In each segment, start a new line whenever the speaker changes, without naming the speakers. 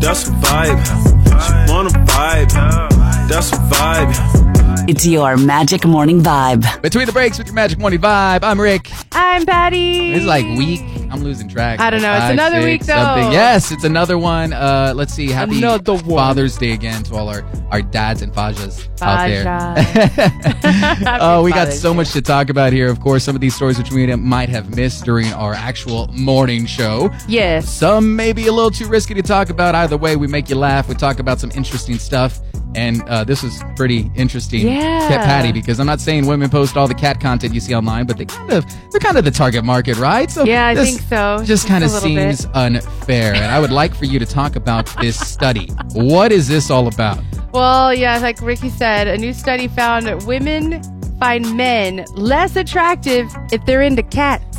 That's a vibe. She wanna vibe. That's a vibe.
It's your magic morning vibe.
Between the breaks with your Magic Morning vibe, I'm Rick.
I'm Patty.
It's like week. I'm losing track.
I don't know. It's another week, though.
something. Yes, it's another one. Uh, let's see. Happy
Another one.
Father's Day again to all our, our dads and fajas out there.
Fajas.
oh, we got
Father's
so
Day.
much to talk about here. Of course, some of these stories which we might have missed during our actual morning show.
Yes.
Some may be a little too risky to talk about. Either way, we make you laugh. We talk about some interesting stuff. And uh, this was pretty interesting,
Yeah.
Cat Patty, because I'm not saying women post all the cat content you see online, but they kind of they're kind of the target market, right? So
Yeah, I think so.
Just
Just
kind
a
of
little
seems unfair, and I would like for you to talk about this study. What is this all about?
Well, yeah, like Ricky said, a new study found that women find men less attractive if they're into cats.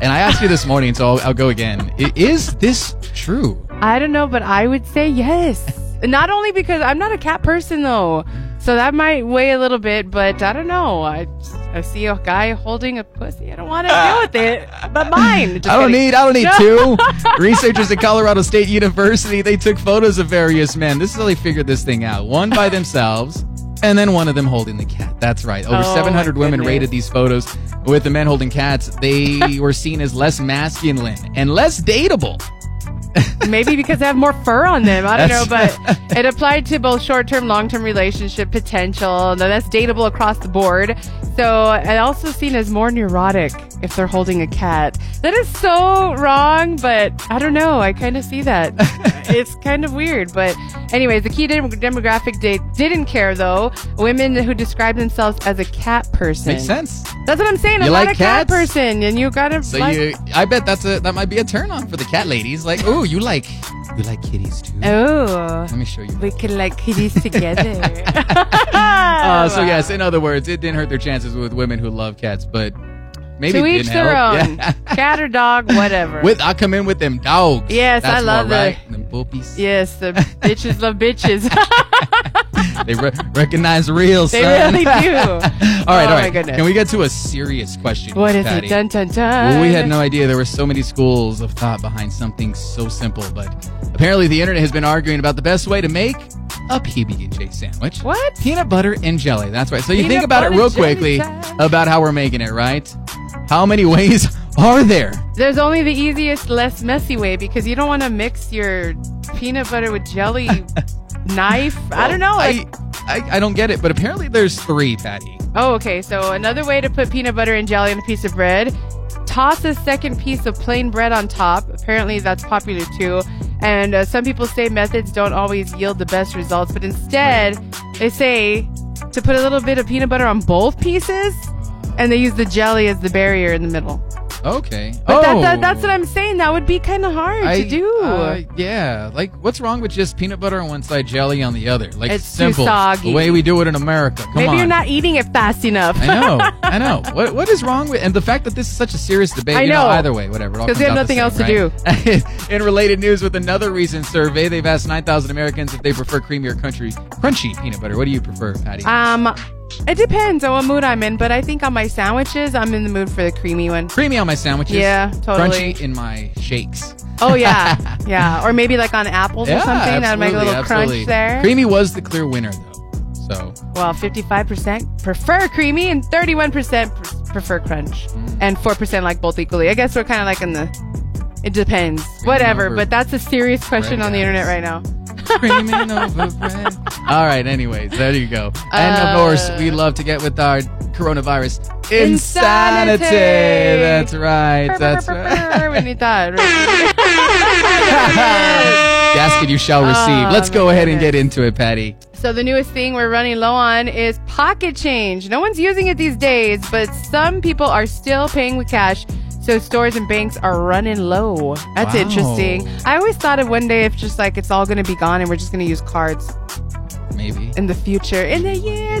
And I asked you this morning, so I'll, I'll go again. I- Is this true?
I don't know, but I would say yes. Not only because I'm not a cat person though, so that might weigh a little bit. But I don't know. I I see a guy holding a pussy. I don't want to deal with it. But mine. Just
I don't
kidding.
need. I don't need two.
No.
Researchers at Colorado State University they took photos of various men. This is how they figured this thing out. One by themselves, and then one of them holding the cat. That's right. Over
Oh,
700
my
women
goodness.
rated these photos with the men holding cats. They were seen as less masculine and less dateable.
Maybe because they have more fur on them. I don't know,
That's-
but it applied to both short-term, long-term relationship potential. Now that's dateable across the board. So and also seen as more neurotic if they're holding a cat. That is so wrong, but I don't know. I kind of see that. it's kind of weird, but anyways, the key dem- demographic they didn't care though. Women who describe themselves as a cat person.
Makes sense.
That's what I'm saying.
You
I'm
like
not a cat
cats?
person, and you gotta
So
like.
you, I bet that's a that might be a turn on for the cat ladies. Like, oh, you like you like kitties too.
oh.
Let me show you.
We could like kitties together.
Uh, so yes, in other words, it didn't hurt their chances with women who love cats, but maybe
to
it
each
didn't
their
help.
own.
Yeah.
Cat or dog, whatever.
With I come in with them dogs.
Yes, I
That's
love
more
the-
right. Them puppies.
yes, the bitches love bitches.
They re- recognize real.
they
son.
really do.
all right,
Oh
all
my
right.
goodness.
Can we get to a serious question?
what is
Patty?
it? Dun dun dun.
Well, we had no idea there were so many schools of thought behind something so simple, but apparently the internet has been arguing about the best way to make a PB and J sandwich.
What?
Peanut butter and jelly. That's right. So you
Peanut
think about it
butter
real
and jelly
quickly
sandwich.
about how we're making it, right? How many ways are there?
There's only the easiest, less messy way because you don't want to mix your peanut butter with jelly knife. I don't know. like-
I, I, I don't get it, but apparently there's three, Patty.
Oh, okay. So another way to put peanut butter and jelly on a piece of bread, toss a second piece of plain bread on top. Apparently, that's popular too. And uh, some people say methods don't always yield the best results, but instead, they say to put a little bit of peanut butter on both pieces, and they use the jelly as the barrier in the middle.
Okay.
But
oh.
that, that, that's what I'm saying. That would be kind of hard
I-
to do.
uh, yeah, like what's wrong with just peanut butter on one side, jelly on the other? Like
It's too
simple.
soggy.
The way we do it in America. Come
Maybe
on.
you're not eating it fast enough.
I know, I know. What what is wrong with and the fact that this is such a serious debate?
I
you
know.
Either way, whatever. it all
'Cause we
comes
have
out the
nothing
same, right? In related news, with another recent survey, they've asked 9,000 Americans if they prefer creamy or crunchy, crunchy peanut butter. What do you prefer, Patty?
Um, it depends on what mood I'm in, but I think on my sandwiches, I'm in the mood for the creamy one.
creamy on my sandwiches.
Yeah, totally.
Crunchy in my shakes.
Oh yeah, yeah, or maybe like on apples
yeah,
or something. That'd make a
absolutely,
little
absolutely.
crunch there.
Creamy was the clear winner though. So
Well, 55% prefer creamy and 31% pr- prefer crunch,
Mm.
and 4% like both equally. I guess we're kind of like in the. It depends, whatever.
over
But that's a serious question
bread,
on the
guys.
internet right now.
creaming over bread. All right. Anyways, there you go. And of
Uh,
course, we love to get with our coronavirus insanity.
Insanity.
That's right. That's uh, right.
we need that. Right?
The asking you shall receive.
Oh,
Let's go
my
ahead and
goodness.
get into it, Patty.
So the newest thing we're running low on is pocket change. No one's using it these days, but some people are still paying with cash. So stores and banks are running low. That's
Wow.
interesting. I always thought of one day if just like it's all going to be gone and we're just going to use cards
Maybe.
in the future. In the year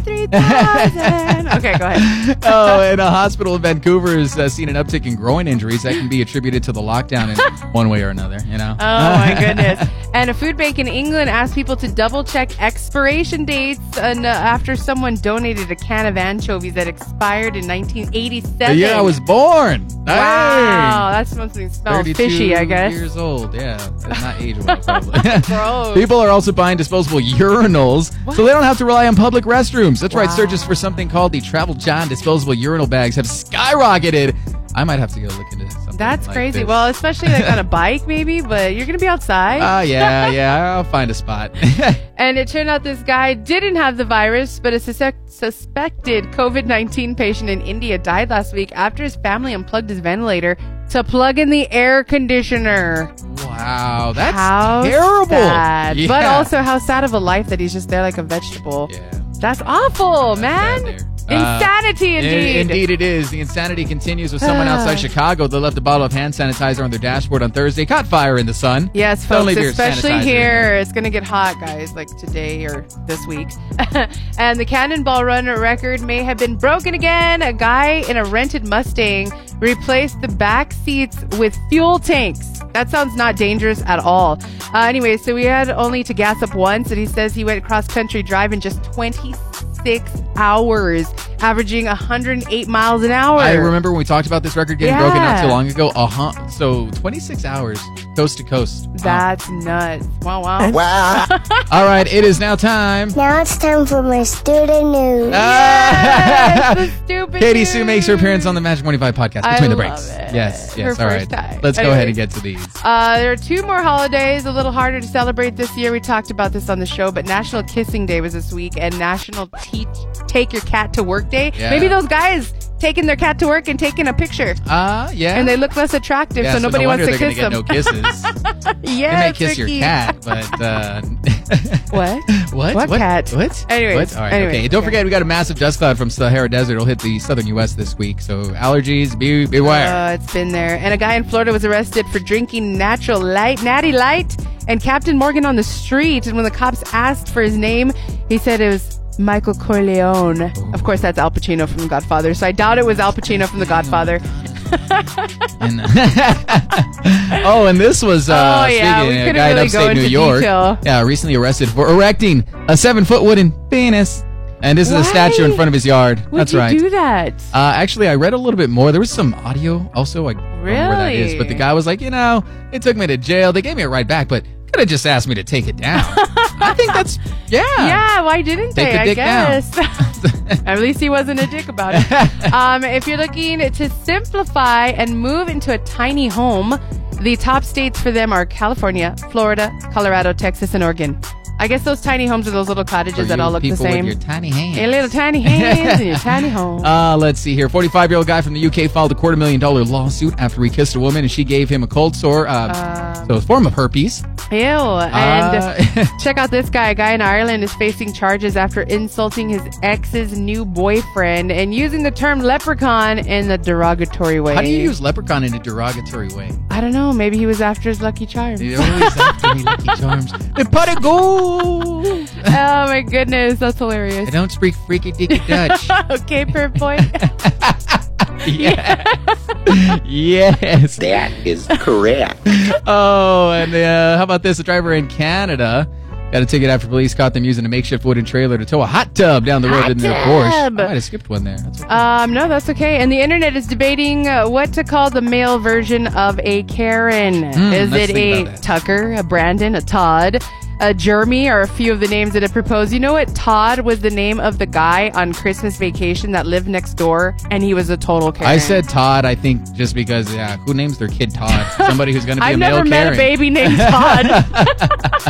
3000. okay, go ahead.
oh, and a hospital in Vancouver has uh, seen an uptick in groin injuries that can be attributed to the lockdown in one way or another. You know.
Oh my goodness. And a food bank in England asked people to double check expiration dates and, uh, after someone donated a can of anchovies that expired in 1987.
The year I was born.
Wow, that's something that
Dang.
smells fishy, I guess.
Years old, yeah. That's not age well, probably.
Gross.
People are also buying disposable urinals, so they don't have to rely on public restrooms. That's right.
Wow.
Searches for something called the Travel John disposable urinal bags have skyrocketed. I might have to go look into something.
That's
like
crazy.
this.
Well, especially like on a bike, maybe, but you're gonna be outside.
Ah, yeah, yeah. I'll find a spot.
and it turned out this guy didn't have the virus, but a susec suspected COVID 19 patient in India died last week after his family unplugged his ventilator to plug in the air conditioner.
wow, that's
how
terrible.
sad.
Yeah.
But also, how sad of a life that he's just there like a vegetable.
Yeah.
That's awful,
That's
man.
bad there. Uh,
Insanity,
I-
indeed.
indeed, it is. The insanity continues with someone outside Chicago that left a bottle of hand sanitizer on their dashboard on Thursday. Caught fire in the sun.
Yes,
Don't
folks,
leave your sanitizer
especially
in
here.
there.
It's going to get hot, guys, like today or this week. and the cannonball run record may have been broken again. A guy in a rented Mustang replaced the back seats with fuel tanks. That sounds not dangerous at all. Uh, anyway, so we had only to gas up once, and he says he went cross country drive in just 26 hours, averaging 108 miles an hour.
I remember when we talked about this record getting broken not
Yeah.
too long ago. Uh huh. So 26 hours, coast to coast. Wow.
That's nuts. Wow, wow.
All right, it is now time.
Now it's time for my student news.
Ah!
Yes, the stupid
Katie Sue makes her
news.
appearance on the Magic 25 podcast
I
between the
love
breaks.
it.
Yes, yes.
Her
all right.
first time.
Let's go ahead and
Anyways.
get to these.
Uh, there are two more holidays a little harder to celebrate this year. We talked about this on the show, but National Kissing Day was this week and National Teach Take Your Cat to Work Day.
Yeah.
Maybe those guys taking their cat to work and taking a picture.
Ah, yeah.
And they look less attractive,
yeah,
so nobody
no
wants
wonder
to
they're
kiss them.
gonna get no kisses. they
yeah,
may kiss your cat, but uh,
What?
What?
What cat?
What?
Anyways,
What? All right.
anyways,
okay. Don't
okay.
forget, we got a massive dust cloud from Sahara Desert. It'll hit the southern U.S. this week, so allergies, be beware.
Uh, it's been there. And a guy in Florida was arrested for drinking natural light, natty light, and Captain Morgan on the street. And when the cops asked for his name, he said it was Michael Corleone. Of course, that's Al Pacino from Godfather. So I doubt it was Al Pacino from The Godfather.
And- oh, and this was uh,
Oh, yeah,
speaking,
we
a
couldn't
guy in
really go
upstate New
into
York.
detail.
Yeah, recently arrested for erecting a seven-foot wooden penis, and this is a statue in
Why
front of his yard.
Would
That's
you
right.
do that?
Uh, actually, I read a little bit more. There was some audio also. I don't know where that is, but the
Really?
guy was like, you know, it took me to jail. They gave me it right back, but could have just asked me to take it down. I think that's yeah.
yeah, why didn't
Uh, Take
they?
the
I
dick down.
guess. At least he wasn't a dick about it. um, if you're looking to simplify and move into a tiny home, the top states for them are California, Florida, Colorado, Texas, and Oregon. I guess those tiny homes are those little cottages that
you
all look the
people
same.
With your tiny hands.
your little tiny hands and your tiny home.
Uh, let's see here. 45 year old guy from the UK filed a quarter million dollar lawsuit after he kissed a woman and she gave him a cold sore. Uh,
Um,
so, a form of herpes.
Ew. And
Uh,
check out this guy. A guy in Ireland is facing charges after insulting his ex's new boyfriend and using the term leprechaun in the derogatory way.
how do you use leprechaun in a derogatory way?
I don't know. Maybe he was after his lucky charm.
They always have to be lucky charms. They put a goal.
oh my goodness, that's
I
hilarious.
don't speak freaky dicky Dutch.
okay, per point.
yes. yes.
That is correct.
Oh, and uh, how about this? A driver in Canada got a ticket after police caught them using a makeshift wooden trailer to tow a hot tub down the road in their Porsche. I
tub.
might have skipped one there. That's okay.
um, no, that's okay. And the internet is debating uh, what to call the male version of a Karen. is
Hmm, let's
it
think
a
about that.
Tucker, a Brandon, a Todd, a Jeremy, or a few of the names that have proposed? You know what? Todd was the name of the guy on Christmas vacation that lived next door, and he was a total Karen.
I said Todd, I think, just because, yeah, who names their kid Todd? Somebody who's going to be a
I've
male
never met
Karen.
a baby named Todd.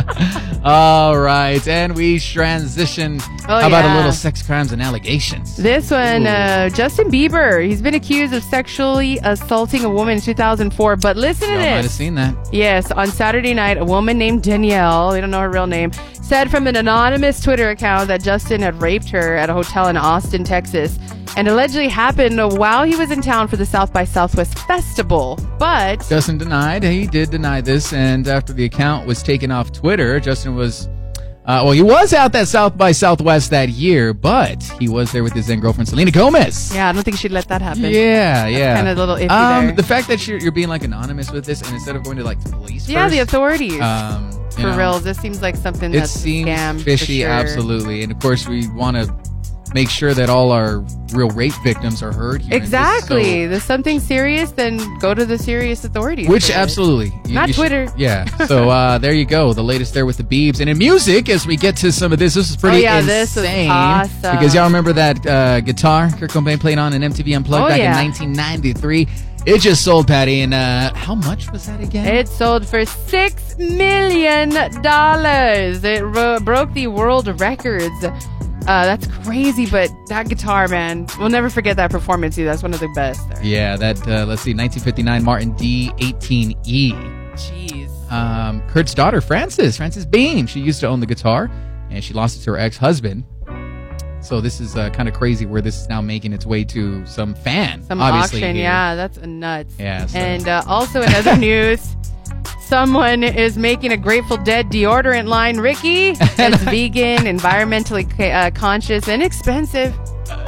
All right, and we transition.
Oh,
how about a
yeah.
little sex crimes and allegations?
This one,
Ooh.
uh, Justin Bieber. He's been accused of sexually assaulting a woman in 2004. But listen to
Y'all might have
this.
seen that.
Yes, on Saturday night, a woman named Danielle, we don't know her real name, said from an anonymous Twitter account that Justin had raped her at a hotel in Austin, Texas, and allegedly happened while he was in town for the South by Southwest Festival. But
Justin denied. He did deny this, and after the account was taken off Twitter, Justin was. Uh, well, he was out that South by Southwest that year, but he was there with his then girlfriend Selena Gomez.
yeah, I don't think she'd let that happen.
yeah, yeah.
kinda a little iffy
um,
there.
The fact that you're, you're being like anonymous with this, and instead of going to like the police,
Yeah, the
first,
authorities.
Um,
For
You know.
real, this seems like something
it
that's a
seems
scam for
fishy
sure.
absolutely and of course we want to make sure that all our real rape victims are heard here. And this- so-
Exactly. There's something serious, then go to the serious authorities.
which
for it.
absolutely You-
Not
you should-
Twitter.
yeah so uh there you go the latest there with the beebs and in music as we get to some of this this is pretty
Oh, yeah,
insane
this was awesome.
because y'all remember that uh guitar Kurt Cobain played on an MTV Unplugged
Oh,
back
yeah.
in 1993 it just sold Patty and uh how much was that again
It sold for six million dollars. It ro- broke the world records. Uh, that's crazy, but that guitar, man, we'll never forget that performance. Either. That's one of the best. There.
yeah that uh, let's see 1959 Martin E. D18E
Jeez.
um, Kurt's daughter, Frances, Frances Bean. She used to own the guitar, and she lost it to her ex-husband. So this is uh, kind of crazy where this is now making its way to some fan.
Some
obviously,
auction,
here.
yeah, that's nuts.
Yeah, so-
And uh, also in other news, someone is making a Grateful Dead deodorant line. Ricky, it's vegan, environmentally ca- uh, conscious, and expensive.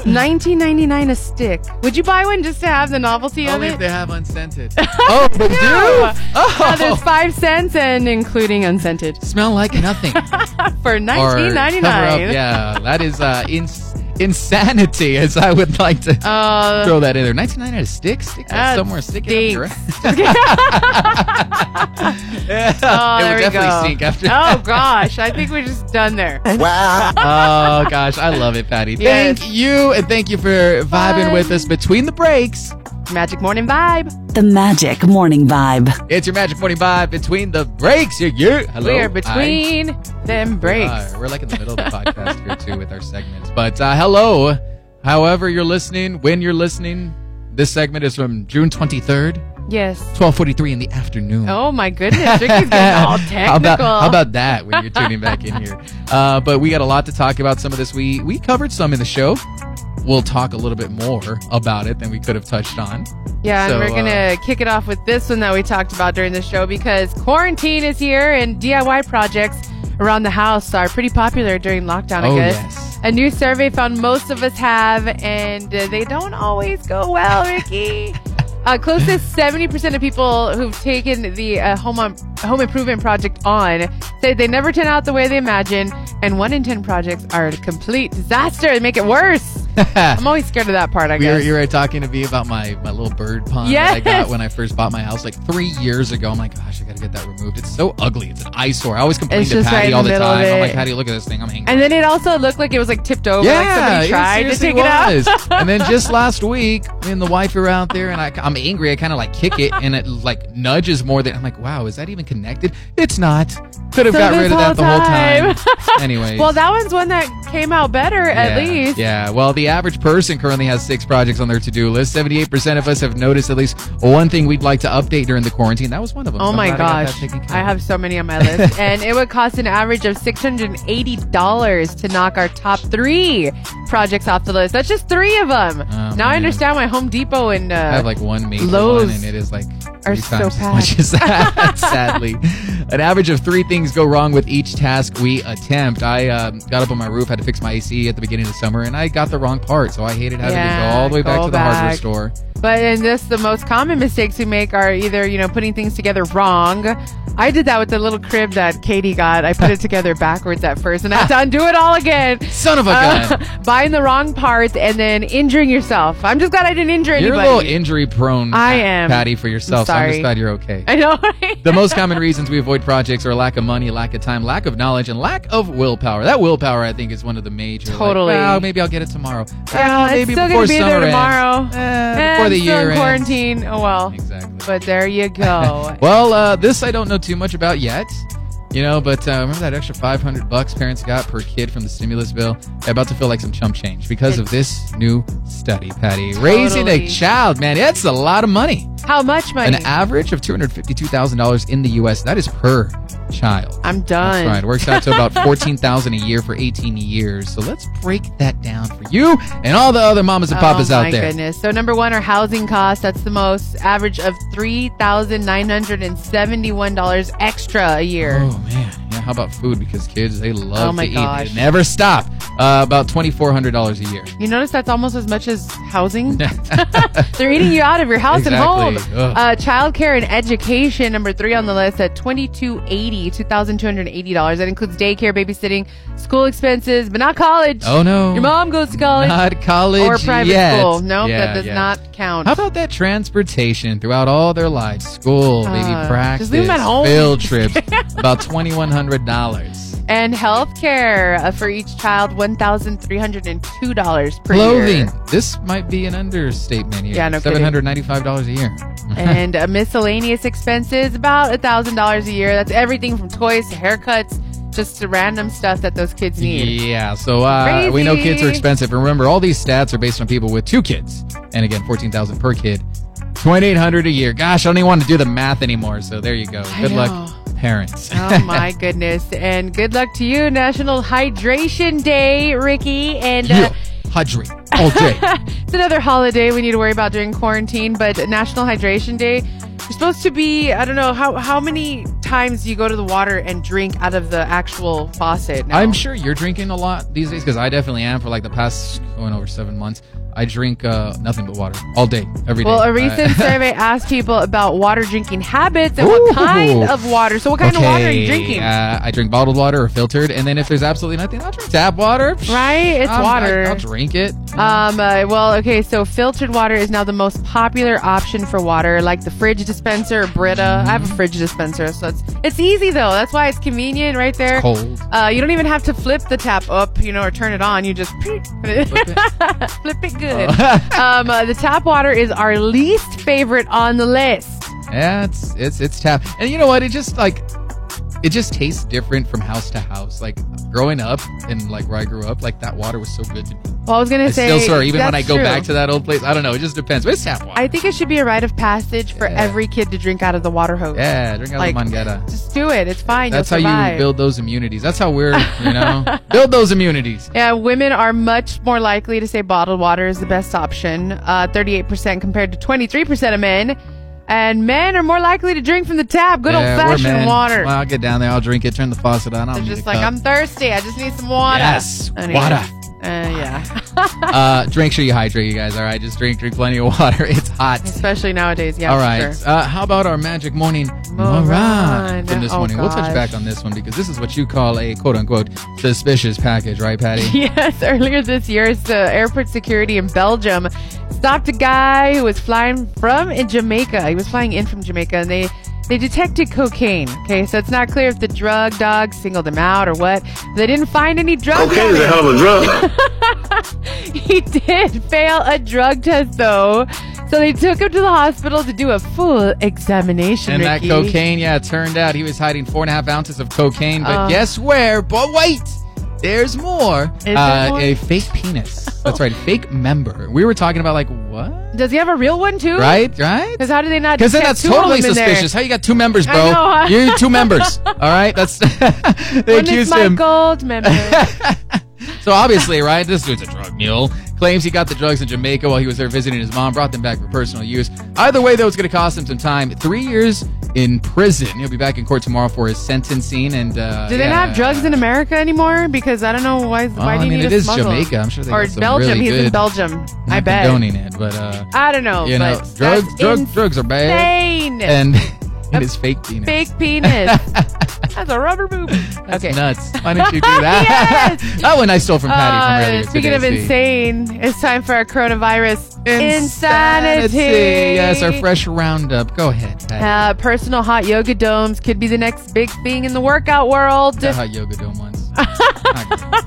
Nineteen ninety nine a stick. Would you buy one just to have the novelty of
Only
it?
if they Oh, have unscented. oh, they do. Oh,
Uh, there's five cents and including unscented
smell like nothing.
for
Or cover
nineteen
up.
ninety nine.
Yeah, that is uh, ins- insanity, as I would like to
Uh,
throw that in there. 1999 a stick, stick that
That
somewhere, stick it up your
stinks.
ass. Yeah,
oh,
it
there
would
we
definitely
go.
stink after.
oh gosh, I think we're just done there.
oh gosh, I love it, Patty.
Yes.
Thank you, and thank you for vibing with us between the breaks.
Magic morning vibe.
The Magic Morning Vibe.
It's your Magic Morning Vibe between the breaks. You, you. Hello.
we
Hi.
are between them breaks.
Uh, we're like in the middle of the podcast here too with our segments. But uh, hello, however you're listening, when you're listening, this segment is from June 23rd,
yes.
12:43 in the afternoon.
Oh my goodness, Ricky's getting all technical.
How about, how about that when you're tuning back in here? Uh, but we got a lot to talk about. Some of this we we covered some in the show. We'll talk a little bit more about it than we could have touched on.
yeah,
So, uh,
and we're gonna kick it off with this one that we talked about during the show because quarantine is here and DIY projects around the house are pretty popular during lockdown.
Oh,
I guess.
yes.
A new survey found most of us have, and uh, they don't always go well, Ricky. Uh, close to 70% of people who've taken the uh, home on, home improvement project on say they never turn out the way they imagine, and one in 10 projects are a complete disaster and make it worse. I'm always scared of that part, I
uh, We were,
guess.
you were talking to me about my, my little bird pond that I got
Yes.
when I first bought my house like three years ago. I'm like, gosh, I gotta get that removed. It's so ugly. It's an eyesore. I always complain
It's
to
just right
Patty
in
all
the
the,
middle of
time. I'm
it.
like, Patty, look at this thing. I'm hanging.
and then it also looked like it was like tipped over. like somebody
it
tried to
seriously
take it out.
was. and then just last week, me and the wife are out there, and I, I'm angry. I kind of like kick it, and it like nudges more than I'm like, wow, is that even connected? It's not. Could have
So
got
this
rid of that the whole
whole
time.
time.
Anyways.
Well, that one's one that came out better, at
yeah,
least.
Yeah. Well, the average person currently has six projects on their to-do list. Seventy-eight percent of us have noticed at least one thing we'd like to update during the quarantine. That was one of them.
Oh
I'm
my
glad I got that
gosh.
taken care
I
of.
have so many on my list. and it would cost an average of $680 to knock our top three projects off the list. That's just three of them. now I
man.
understand why Home Depot and uh,
Oh, I have like one major
Lowe's
one, and it is like
are
three
so
times as
packed.
much as that. sadly, an average of three things go wrong with each task we attempt. I um, got up on my roof, had to fix my AC at the beginning of the summer, and I got the wrong part, so I hated having to
Yeah,
go all the way back
go
to the hardware
back.
store.
But in this, the most common mistakes we make are either, you know, putting things together wrong. I did that with the little crib that Katie got. I put it together backwards at first and I had to undo it all again.
Son of a
Uh,
gun!
buying the wrong parts and then injuring yourself. I'm just glad I didn't injure
You're a
anybody.
little injury-prone,
I am.
Patty, for yourself. So I'm just
sorry.
glad you're okay.
I know, right?
The most common reasons we avoid projects are lack of money, lack of time, lack of knowledge, and lack of willpower. That willpower, I think, is one of the major. like,
Totally.
well, maybe I'll get it tomorrow.
Yeah,
Well,
it's
maybe
still
before
gonna be there
summer ends.
tomorrow.
Eh,
Eh,
before
I'm
the
still
year
in
ends.
quarantine. Oh well.
Exactly.
But there you go.
well, uh, this I don't know too much about yet. You know, but uh, remember that extra 500 bucks parents got per kid from the stimulus bill? They're about to feel like some chump change because of this new study, Patty. Raising a
Totally.
child, man, that's a lot of money.
How much money?
An average of $252,000 in the U.S. That is per child.
I'm done.
That's right. It works out to about 14,000 a year for 18 years. So let's break that down for you and all the other mamas and papas
oh,
out
my
there.
goodness. So number one are housing costs. That's the most average of three thousand nine hundred and seventy-one dollars extra a year.
Oh, man. Yeah, how about food? Because kids, they love
Oh, my
to eat.
gosh.
They never stop. Uh, about $2,400 a year.
You notice that's almost as much as housing. They're eating you out of your house and
Exactly.
home.
Ugh.
Uh, childcare and education, number three on the list at $2,280, $2,280. That includes daycare, babysitting, school expenses, but not college.
Oh, no.
Your mom goes to college
Not college
or private
yet.
school. No,
Yeah,
that does
yeah.
not count.
How about that transportation throughout all their lives? School, maybe
Uh,
practice,
just leave 'em at home.
field trips. about $2,100.
and health care uh, for each child, $1,302 per
Clothing.
year.
This might be an understatement here.
Yeah, no kidding.
$795 a year.
and uh, miscellaneous expenses about a thousand dollars a year. That's everything from toys to haircuts, just to random stuff that those kids need.
Yeah, so uh, we know kids are
Crazy.
expensive. And remember, all these stats are based on people with two kids. And again, 14000 per kid, 2800 a year. Gosh, I don't even want to do the math anymore. So there you go. Good luck, parents.
oh my goodness! And good luck to you, National Hydration Day, Ricky. And
you,
uh,
Hudry, all day.
it's another holiday we need to worry about during quarantine. But National Hydration Day, you're supposed to be. I don't know how how many times you go to the water and drink out of the actual faucet. now?
I'm sure you're drinking a lot these days because I definitely am for like the past going over seven months. I drink uh, nothing but water all day, every day.
Well, a
Uh,
recent survey asked people about water drinking habits and what kind
Ooh.
of water. So, what kind of water are you
Okay,
drinking?
Uh, I drink bottled water or filtered, and then if there's absolutely nothing, I'll drink tap water. Psh,
Right? It's
I'm- I-
water.
I'll drink it.
um, uh, well, okay, so filtered water is now the most popular option for water, like the fridge dispenser or Brita. I have a fridge dispenser, so it's, it's easy though. That's why it's convenient right there.
cold.
Uh, you don't even have to flip the tap up, you know, or turn it on. You just flip it, flip it good.
Oh.
um, uh, the tap water is our least favorite on the list.
Yeah, it's it's it's tap. And you know what? It just like it just tastes different from house to house. Like growing up and like where I grew up, like that water was so good to me.
Well, I was gonna
I
say
still sorry, even when I
eh, that's
go
true.
back to that old place. I don't know. It just depends. But it's tap water.
I think it should be a rite of passage for
Yeah.
every kid to drink out of the water hose.
yeah, drink out
like,
of the mangetta.
Just do it. It's fine.
That's how
You'll
you
survive.
build those immunities. That's how we're you know build those immunities.
Yeah, women are much more likely to say bottled water is the best option, uh, 38% compared to 23% of men. And men are more likely to drink from the tap, good
Yeah, we're
old fashioned
men.
water.
Well, I'll get down there. I'll drink it. Turn the faucet on. I'll
They're just like, I'm thirsty. I just need some water.
Yes,
Anyway,
water.
Uh, yeah,
uh, drink sure you hydrate, you guys. All right, just drink, drink plenty of water. It's hot.
especially nowadays. Yeah,
All
for
right.
sure.
Uh, how about our magic morning
Moron.
moron from this
Oh,
morning? We'll touch
gosh.
back on this one because this is what you call a quote unquote suspicious package, right, Patty?
Yes, earlier this year, the airport security in Belgium stopped a guy who was flying from in Jamaica. He was flying in from Jamaica, and they they detected cocaine. Okay, so it's not clear if the drug dog singled him out or what. They didn't find any drugs.
Okay,
on
is a
him.
hell of a drug.
He did fail a drug test though, so they took him to the hospital to do a full examination.
And that
Ricky.
cocaine, yeah, it turned out he was hiding four and a half ounces of cocaine, but
Oh.
guess where? But wait, there's more. Uh,
there more?
A fake penis. That's right, fake member. We were talking about like what?
Does he have a real one too?
Right, right.
Because how do they not?
Because then
have
that's
two of
totally
them in there?
suspicious. How you got two members, bro?
know, huh?
You're two members. All right, that's they
One is
accused
my
him.
gold member.
so obviously, right, this dude's a drug mule. Claims he got the drugs in Jamaica while he was there visiting his mom, brought them back for personal use. Either way, though, it's going to cost him some time. Three years in prison. He'll be back in court tomorrow for his sentencing. And uh,
Do they
yeah.
not have drugs in America anymore? Because I don't know why.
Well,
why do
I
you
mean,
need
it
to
is
smuggle?
Jamaica. I'm sure they
or
got some
Belgium.
really
He's
good.
in Belgium. I
not
bet.
condoning it, but uh,
I don't know.
you know,
but
drugs,
that's
drugs, drugs are bad.
Insane.
And it is fake penis.
Big penis. that's a rubber boob.
That's
okay.
nuts. Why didn't you do that? that one I stole from Patty from
Uh,
earlier
speaking
today,
of
Steve.
insane, it's time for our coronavirus insanity.
Yes, our fresh roundup. Go ahead. Patty.
Uh, personal hot yoga domes could be the next big thing in the workout world.
Got hot yoga dome once. Not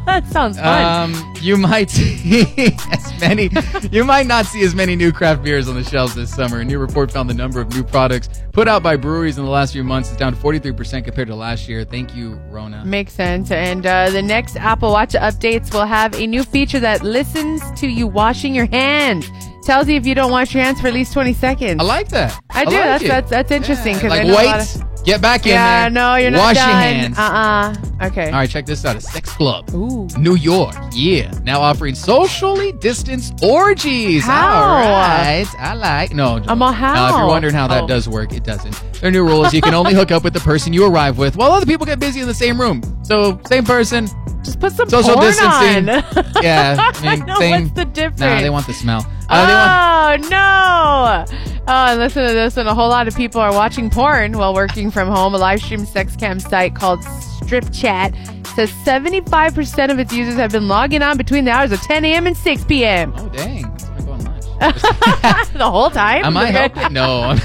that sounds
good.
fun.
um, you might see as many. You might not see as many new craft beers on the shelves this summer. A new report found the number of new products put out by breweries in the last few months is down 43 percent compared to last year. Thank you, Rona.
Makes sense. And uh, the next Apple Watch updates will have a new feature that listens to you washing your hands. Tells you if you don't wash your hands for at least 20 seconds.
I like that.
I do.
like
that's,
it.
that's that's interesting
Yeah,
because
like
I know a lot
weights,
of-
Get back in
yeah,
there.
no, you're not
Wash
done.
your hands.
Uh uh Okay.
All right, check this out. A sex club.
Ooh.
New York, yeah. Now offering socially distanced orgies.
How?
All right. I like. No.
I'm all, how?
Now, if you're wondering how that
Oh.
does work, it doesn't. Their new rule is you can only hook up with the person you arrive with while other people get busy in the same room. So, same person.
Just put some
Social
porn
distancing.
on.
Yeah. I mean,
know,
same.
what's the difference?
Nah, they want the smell. Uh, they want-
Oh no! Oh, and listen to this. And a whole lot of people are watching porn while working from home. A live stream sex cam site called Strip Chat says 75% of its users have been logging on between the hours of 10 a.m. and 6 p.m.
oh, dang. It's gonna go on lunch.
the whole time.
Am I helping? No.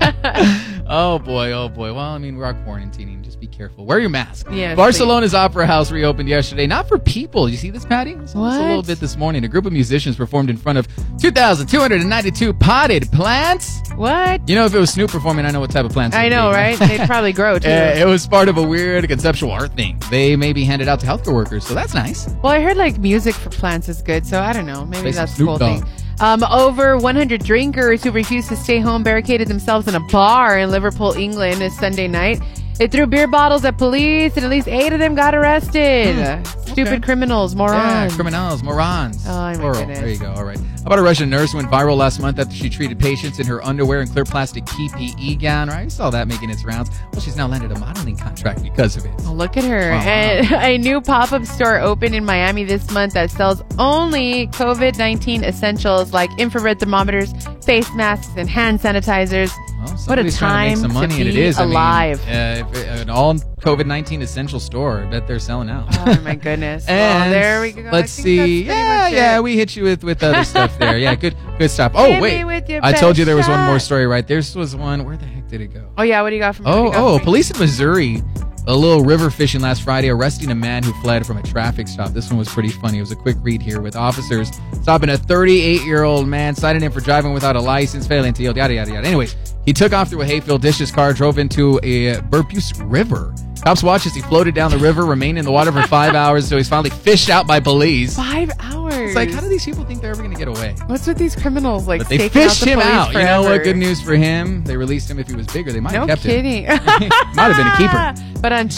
oh boy, oh boy. Well, I mean, we are quarantining. Just be careful. Wear your mask.
Yeah,
Barcelona's Opera House reopened yesterday, not for people. You see this, Patty? I saw this a
What?
little bit this morning. A group of musicians performed in front of 2,292 potted plants.
What?
You know, if it was Snoop performing, I know what type of plants. it
I
would
know,
be.
right? They'd probably grow too.
Uh, it was part of a weird conceptual art thing. They may be handed out to healthcare workers, so that's nice.
Well, I heard like music for plants is good, so I don't know. Maybe
Play some
that's the whole
Snoop Dogg.
thing. Um, over 100 drinkers who refused to stay home barricaded themselves in a bar in Liverpool, England, this Sunday night. They threw beer bottles at police, and at least eight of them got arrested. Stupid
Hmm. okay.
criminals, morons.
Yeah, criminals, morons.
Oh, my
Plural.
goodness.
There you go. All right. How about a Russian nurse who went viral last month after she treated patients in her underwear and clear plastic PPE gown? Right? You saw that making its rounds. Well, she's now landed a modeling contract because of it.
Oh, Look at her.
Wow.
And a new pop up store opened in Miami this month that sells only COVID 19 essentials like infrared thermometers, face masks, and hand sanitizers.
Well,
what a
somebody's trying
time
to make some money,
be
and it is I mean,
alive.
uh, if it- an all COVID nineteen essential store. I bet they're selling out.
Oh my goodness! well,
And
there we go. I
Let's
think that's
see.
pretty
Yeah,
much it.
yeah, we hit you with with other stuff there. Yeah, good, good stuff. Oh
Hit me
wait,
with your
I told
best
you there was one more
shot.
story. Right, this was one. Where the heck did it go?
Oh yeah, what do you got from? what do
Oh,
you got
oh,
from-
police in Missouri. A little river fishing last Friday, arresting a man who fled from a traffic stop. This one was pretty funny. It was a quick read here with officers stopping a 38 year old man, citing him for driving without a license, failing to yield, yada, yada, yada. Anyways, he took off through a hayfield, ditched his car, drove into a Burpuse River. Cops watched as he floated down the river, remained in the water for five hours, so he's finally fished out by police.
Five hours.
It's like, how do these people think they're ever going to get away?
What's with these criminals? Like
But they
staking
fished
out the
him
police
out. You know
forever?
what? Good news for him. They released him if he was bigger. They might
No
have kept him.
kidding.
Might have been a keeper.
But on.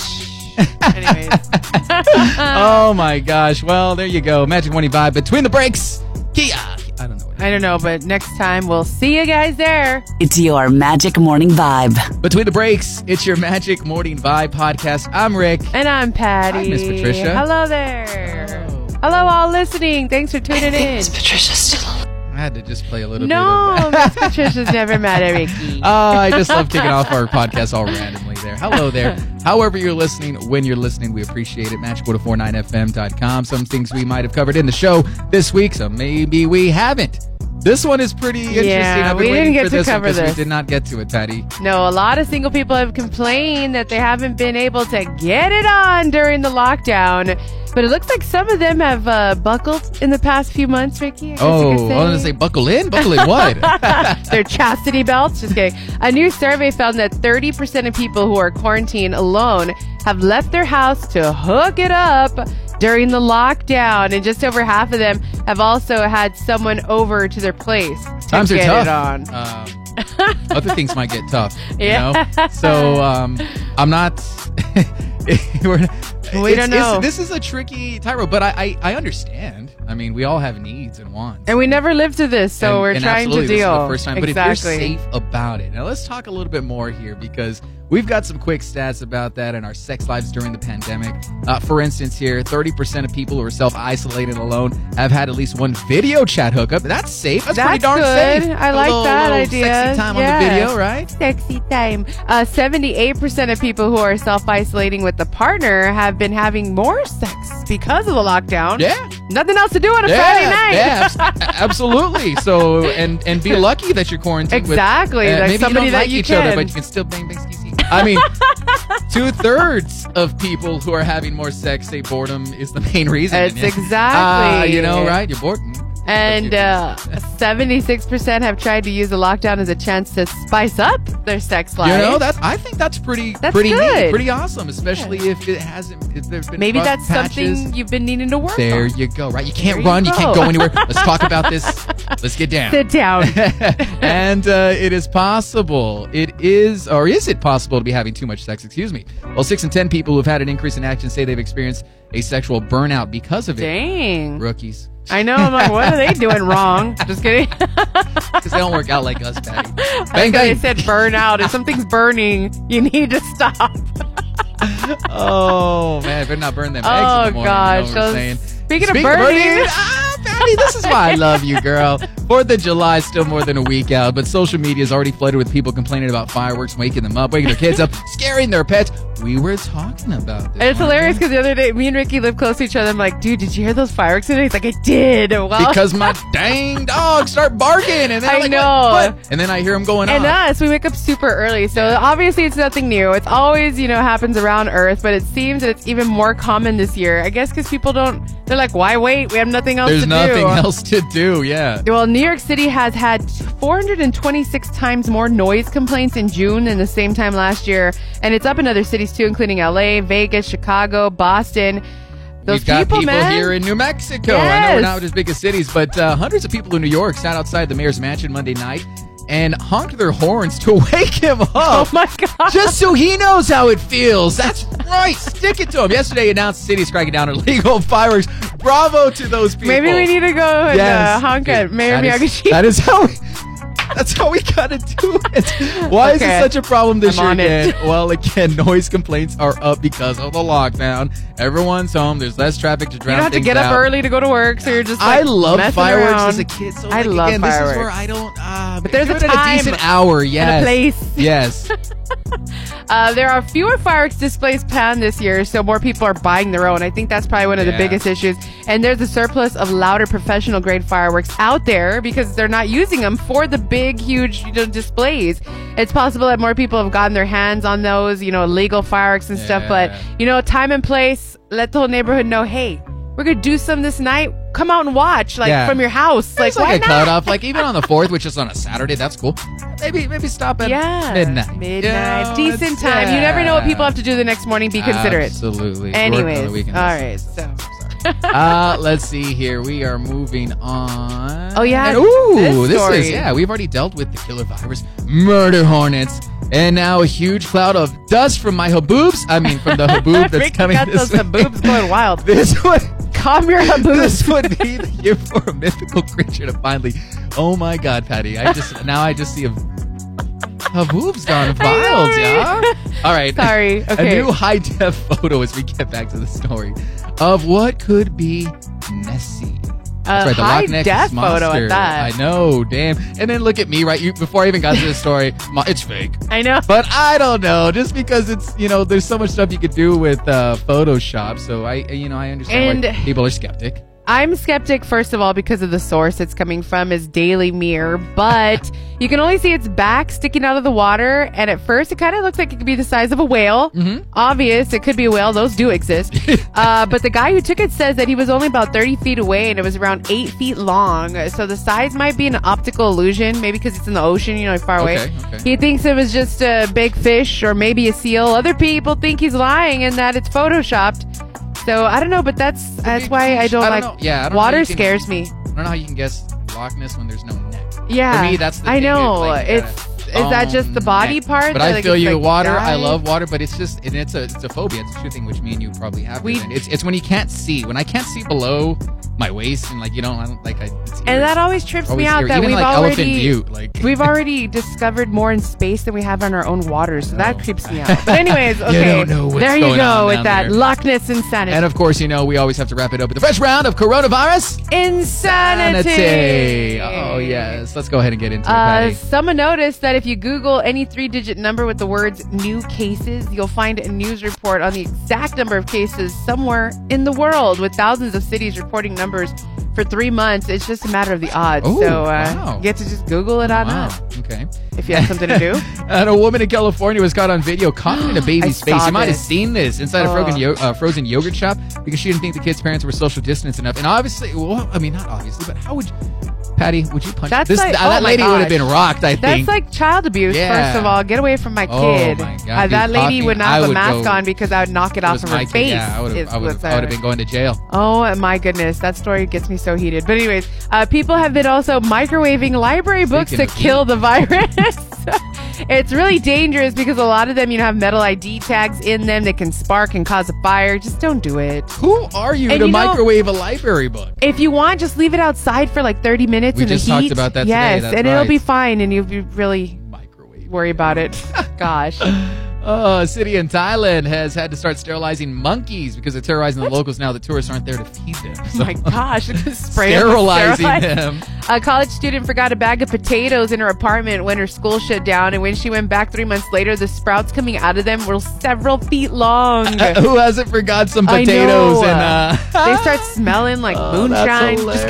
Anyways.
oh my gosh. Well, there you go. Magic 25 between the breaks. Kia. I don't know. What it
I don't know, but next time we'll see you guys there.
It's your Magic Morning Vibe.
is. Between the breaks, it's your Magic Morning Vibe podcast. I'm Rick.
And I'm Patty.
Hi, Miss Patricia. Oh.
Hello there.
Hello.
Hello, all listening. Thanks for tuning in.
I had to just play a little bit
No,
of that.
Miss Patricia's never met at Ricky.
Oh, I just love kicking off our podcast all randomly there. Hello there. However you're listening, when you're listening, we appreciate it. Match1049fm.com. Some things we might have covered in the show this week, some maybe we haven't. This one is pretty interesting.
Yeah,
I've been
we didn't
waiting
get
for
to
this one
cover
'cause
this.
We did not get to it, Patty.
No, a lot of single people have complained that they haven't been able to get it on during the lockdown. But it looks like some of them have uh, buckled in the past few months, Ricky. I guess you
Oh, I
could
was gonna say buckle in, buckle in what?
their chastity belts. Just kidding. A new survey found that 30% of people who are quarantined alone have left their house to hook it up during the lockdown, and just over half of them have also had someone over to their place to
Times are
get
tough.
it on.
Um, other things might get tough. You
Yeah.
Know? So um, I'm not. we're,
We don't know.
This is a tricky Tyro, but I, I I understand. I mean, we all have needs and wants.
And we never lived to this, so
And-
we're
and
trying to
absolutely, this is
deal.
the first time,
exactly.
but if you're safe about it, now let's talk a little bit more here because we've got some quick stats about that in our sex lives during the pandemic. Uh, for instance, here, 30% of people who are self-isolated alone have had at least one video chat hookup. That's safe. That's, pretty
That's
darn
good.
safe.
I
A
like
little-
that
little
idea.
Sexy time on the
Yeah.
video, right?
sexy time. Uh, 78% of people who are self isolating with a partner have been having more sex because of the lockdown.
Yeah.
Nothing else to do on a Friday night.
Yeah, abs- a- absolutely. So, and and be lucky that you're quarantined. with-
Exactly, like
maybe you
somebody
don't
that
like
you
each
can.
other, but you can still bang bang skeet, skeet. I mean, two thirds of people who are having more sex say boredom is the main reason.
That's
and it-
exactly.
Ah, you know, right? You're bored. Mm-hmm.
And uh, 76% have tried to use the lockdown as a chance to spice up their sex
you
life.
know that I think that's pretty
uh, That's
pretty neat,
good.
pretty awesome, especially if it hasn't. If there've been
Maybe
rough
that's
patches.
something you've been needing to work
There
on.
you go. Right, you can't
There you
run, you can't
go.
go anywhere. Let's talk about this Let's get down.
Sit down.
and uh, it is possible. It is, or is it possible to be having too much sex? Excuse me. Well, six in ten people who've had an increase in action say they've experienced a sexual burnout because of it.
Dang.
Rookies,
I know. I'm like, what are they doing wrong? Just kidding.
because they don't work out like us, Patty.
I
Bang bang.
said burnout. If something's burning, you need to stop.
oh man, better not burn them eggs in
Oh
the morning. you know what I'm
gosh. So
saying?
speaking, of burning,
ah, Patty, this is why I love you, girl. Fourth of July is still more than a week out, but social media is already flooded with people complaining about fireworks, waking them up, waking their kids up, scaring their pets. We were talking about this.
And it's
weren't
hilarious
we?
because the other day, me and Ricky lived close to each other. I'm like, dude, did you hear those fireworks today? He's like, I did. Well,
Because my dang dogs start barking, and then I'm
I
like,
know.
What, what? And then I hear them going
and
on.
us, we wake up super early. So obviously, it's nothing new. It's always, you know, happens around Earth, but it seems that it's even more common this year. I guess because people don't, they're like, why wait? We have nothing else
There's
to
nothing
do.
else to do. Yeah.
Well, New York City has had 426 times more noise complaints in June than the same time last year, and it's up in other cities too, including LA, Vegas, Chicago, Boston. Those
We've got people,
man.
here in New Mexico. I know we're
Yes.
not as big as cities, but uh, hundreds of people in New York sat outside the mayor's mansion Monday night and honked their horns to wake him up.
oh my god!
just so he knows how it feels. That's right. Stick it to him. Yesterday announced the city's cracking down on illegal fireworks. Bravo to those people.
Maybe we need to go and uh, honk at
Dude,
Mayor
that is-
Miyagi.
That is how. We, that's how we gotta do it. Why is
Okay.
it such a problem this
I'm
year
on it.
again? Well, again, noise complaints are up because of the lockdown. Everyone's home. There's less traffic to drown
you don't have to
things
get up
out.
early to go to work, so you're just.
I
Like
love
messing
fireworks
around.
as a kid. So
I
like,
love
again,
fireworks.
This is where I don't. Ah, but
there's
do
a
it at
time
a decent hour. Yes.
place.
Yes.
Uh, there are fewer fireworks displays planned this year, so more people are buying their own. I think that's probably one of
Yeah.
the biggest issues. And there's a surplus of louder professional grade fireworks out there because they're not using them for the big, huge you know, displays. It's possible that more people have gotten their hands on those, you know, illegal fireworks and stuff. But,
Yeah.
you know, time and place, let the whole neighborhood know, hey, we're going to do some this night. Come out and watch, like
Yeah.
from your house. Like,
It's like
why
a
not?
cutoff. Like even on the fourth, which is on a Saturday, that's cool. Maybe maybe stop at
Yeah.
midnight.
Midnight.
You know,
Decent
it's-
time. You never know what people
yeah. Uh,
have to do the next morning. Be considerate.
Absolutely. We're working on the
Anyways, all
weekends.
right. So,
uh, let's see here. We are moving on.
Oh, yeah,
And- ooh,
this
this,
story.
is yeah. We've already dealt with the killer virus, murder hornets, and now a huge cloud of dust from my haboobs. I mean, from the haboob that's
Rick
coming
got
this
those
way.
haboobs going wild.
This one.
Calm your haboobs.
this would be the year for a mythical creature to finally. Oh my God, Patty! I just now I just see a haboob's gone wild,
know,
yeah.
right?
All right,
Sorry.
A
Okay.
new high def photo as we get back to the story of what could be messy.
A
the
high
Loch Ness
def photo
monster.
at that.
I know, damn. And then look at me, right? You before I even got to this story, my, it's fake.
I know.
But I don't know, just because it's you know, there's so much stuff you could do with uh, Photoshop. So I, you know, I understand why
And-
people are skeptic.
I'm skeptic, first of all, because of the source it's coming from is Daily Mirror, but you can only see its back sticking out of the water. And at first, it kind of looks like it could be the size of a whale.
Mm-hmm.
Obvious, it could be a whale. Those do exist. uh, but the guy who took it says that he was only about 30 feet away and it was around eight feet long. So the size might be an optical illusion, maybe because it's in the ocean, you know, far away.
Okay, okay.
He thinks it was just a big fish or maybe a seal. Other people think he's lying and that it's photoshopped. So I don't know, but that's that's
big
why I
fish.
don't
I don't
like
know. Yeah, I don't know how
water
you can-
scares me.
I don't know how you can guess Loch Ness when there's no neck.
Yeah,
For me, that's the
I
thing, dude,
know.
like, you gotta
it's is that just the
own
body
neck.
part?
But
that,
I
like,
feel
it's,
you.
like,
water, I
dyed?
love water, but it's just and it's a it's a phobia. It's a true thing, which me and you probably have.
We-
Leland. it's it's when you can't see. When I can't see below my waist and like you don't I don't like I. It's
And that
always,
always trips
always
me out
eerie.
that
even
we've
like elephant
already
view like
we've already discovered more in space than we have on our own water, so that
know.
creeps me out. But anyways, okay,
Oh. don't know what's
there you
going on
go with
down
that
there.
Loch Ness insanity.
And of course, you know we always have to wrap it up with a fresh round of coronavirus
insanity.
sanity. Oh yes, let's go ahead and get into it.
Uh,
Patty.
someone noticed that if you Google any three digit number with the words new cases, you'll find a news report on the exact number of cases somewhere in the world, with thousands of cities reporting numbers for three months. It's just a matter of the odds.
Ooh,
so uh,
wow.
you get to just Google it on up
Wow. Okay.
if you have something to do.
And a woman in California was caught on video coughing in a baby's
I
face.
saw
You might have
this.
seen this inside a
Ugh.
frozen, yo- uh, frozen yogurt shop because she didn't think the kids' parents were social distance enough. And obviously, well, I mean, not obviously, but how would Patty, would you punch
That's
this?
like- oh
that
my
lady would have
gosh.
been rocked. I
That's
think.
like child abuse,
Yeah.
first of all. Get away from my
Oh,
kid.
my God,
Uh, that
dude,
lady
talking,
would not
I
have a
would
mask
go-
on because I would knock it
That
off
was
of
my
her
kid.
face.
Yeah, I would have.
is
I would
what's
have. I would have
her-
been going to jail.
Oh my goodness, that story gets me so heated. But anyways, uh, people have been also microwaving library books
Speaking
to
of
kill the virus. it's really dangerous because a lot of them, you know, have metal ID tags in them that can spark and cause a fire. Just don't do it.
Who are you
And
to
you know-
microwave a library book?
If you want, just leave it outside for like 30 minutes
We
in the
just
heat.
talked about that today,
Yes,
that's
and it'll
right.
be fine, and you'll be really
Microwave.
worry about it. Gosh.
Oh, a city in Thailand has had to start sterilizing monkeys because they're terrorizing the locals now. The tourists aren't there to feed them. So
Oh my gosh, it was sprayed with
sterilizing
steroids.
them.
A college student forgot a bag of potatoes in her apartment when her school shut down, and when she went back three months later, the sprouts coming out of them were several feet long.
Uh, Who hasn't forgot some
I
potatoes
know.
and uh,
they start smelling like
Oh,
moonshine.
That's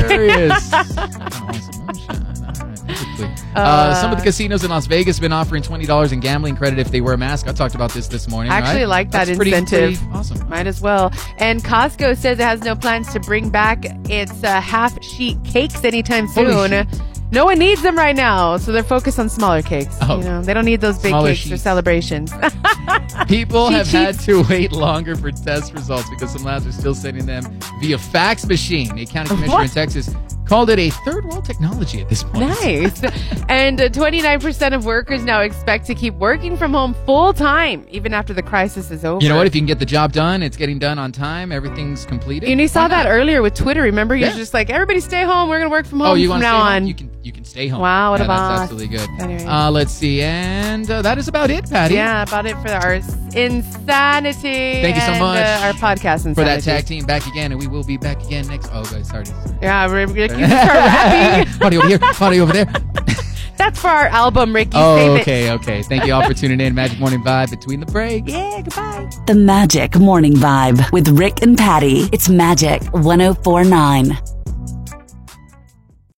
Just-
hilarious. Uh, I want some moonshine. All right, perfectly. Uh, some of the casinos in Las Vegas have been offering twenty dollars in gambling credit if they wear a mask. I talked about this this morning.
I actually
right?
like that
That's pretty-
incentive.
pretty awesome.
Might as well. And Costco says it has no plans to bring back its uh, half sheet cakes anytime
Holy
soon.
shit.
No one needs them right now, so they're focused on smaller cakes.
Oh.
You know, they don't need those big
Smaller
cakes for
sheets.
celebrations.
People
Cheat
have had
sheets.
to wait longer for test results because some labs are still sending them via fax machine. A county commissioner in
What?
Texas called it a third world technology at this point.
Nice. and uh, 29% of workers now expect to keep working from home full time, even after the crisis is over.
You know what? If you can get the job done, it's getting done on time, everything's completed.
And you saw
Why
that
not?
earlier with Twitter, remember? You're
Yeah.
just like, everybody stay home. We're going to work from home
Oh, you
from
want to
now on.
You can you can stay home.
Wow, what
yeah,
a
That's
boss.
absolutely good.
Anyway.
Uh, let's see, and uh, that is about it, Patty.
yeah, about it for our insanity.
Thank you so
and,
much
uh, our podcast insanity.
For that tag team back again, and we will be back again next. Oh, guys, sorry.
Yeah, we're going to start rapping.
Party over here, party over there.
That's for our album, Ricky. Save
Oh,
it.
okay, okay. Thank you all for tuning in. Magic Morning Vibe between the breaks.
Yeah, goodbye.
oh The Magic Morning Vibe with Rick and Patty. It's Magic 1049.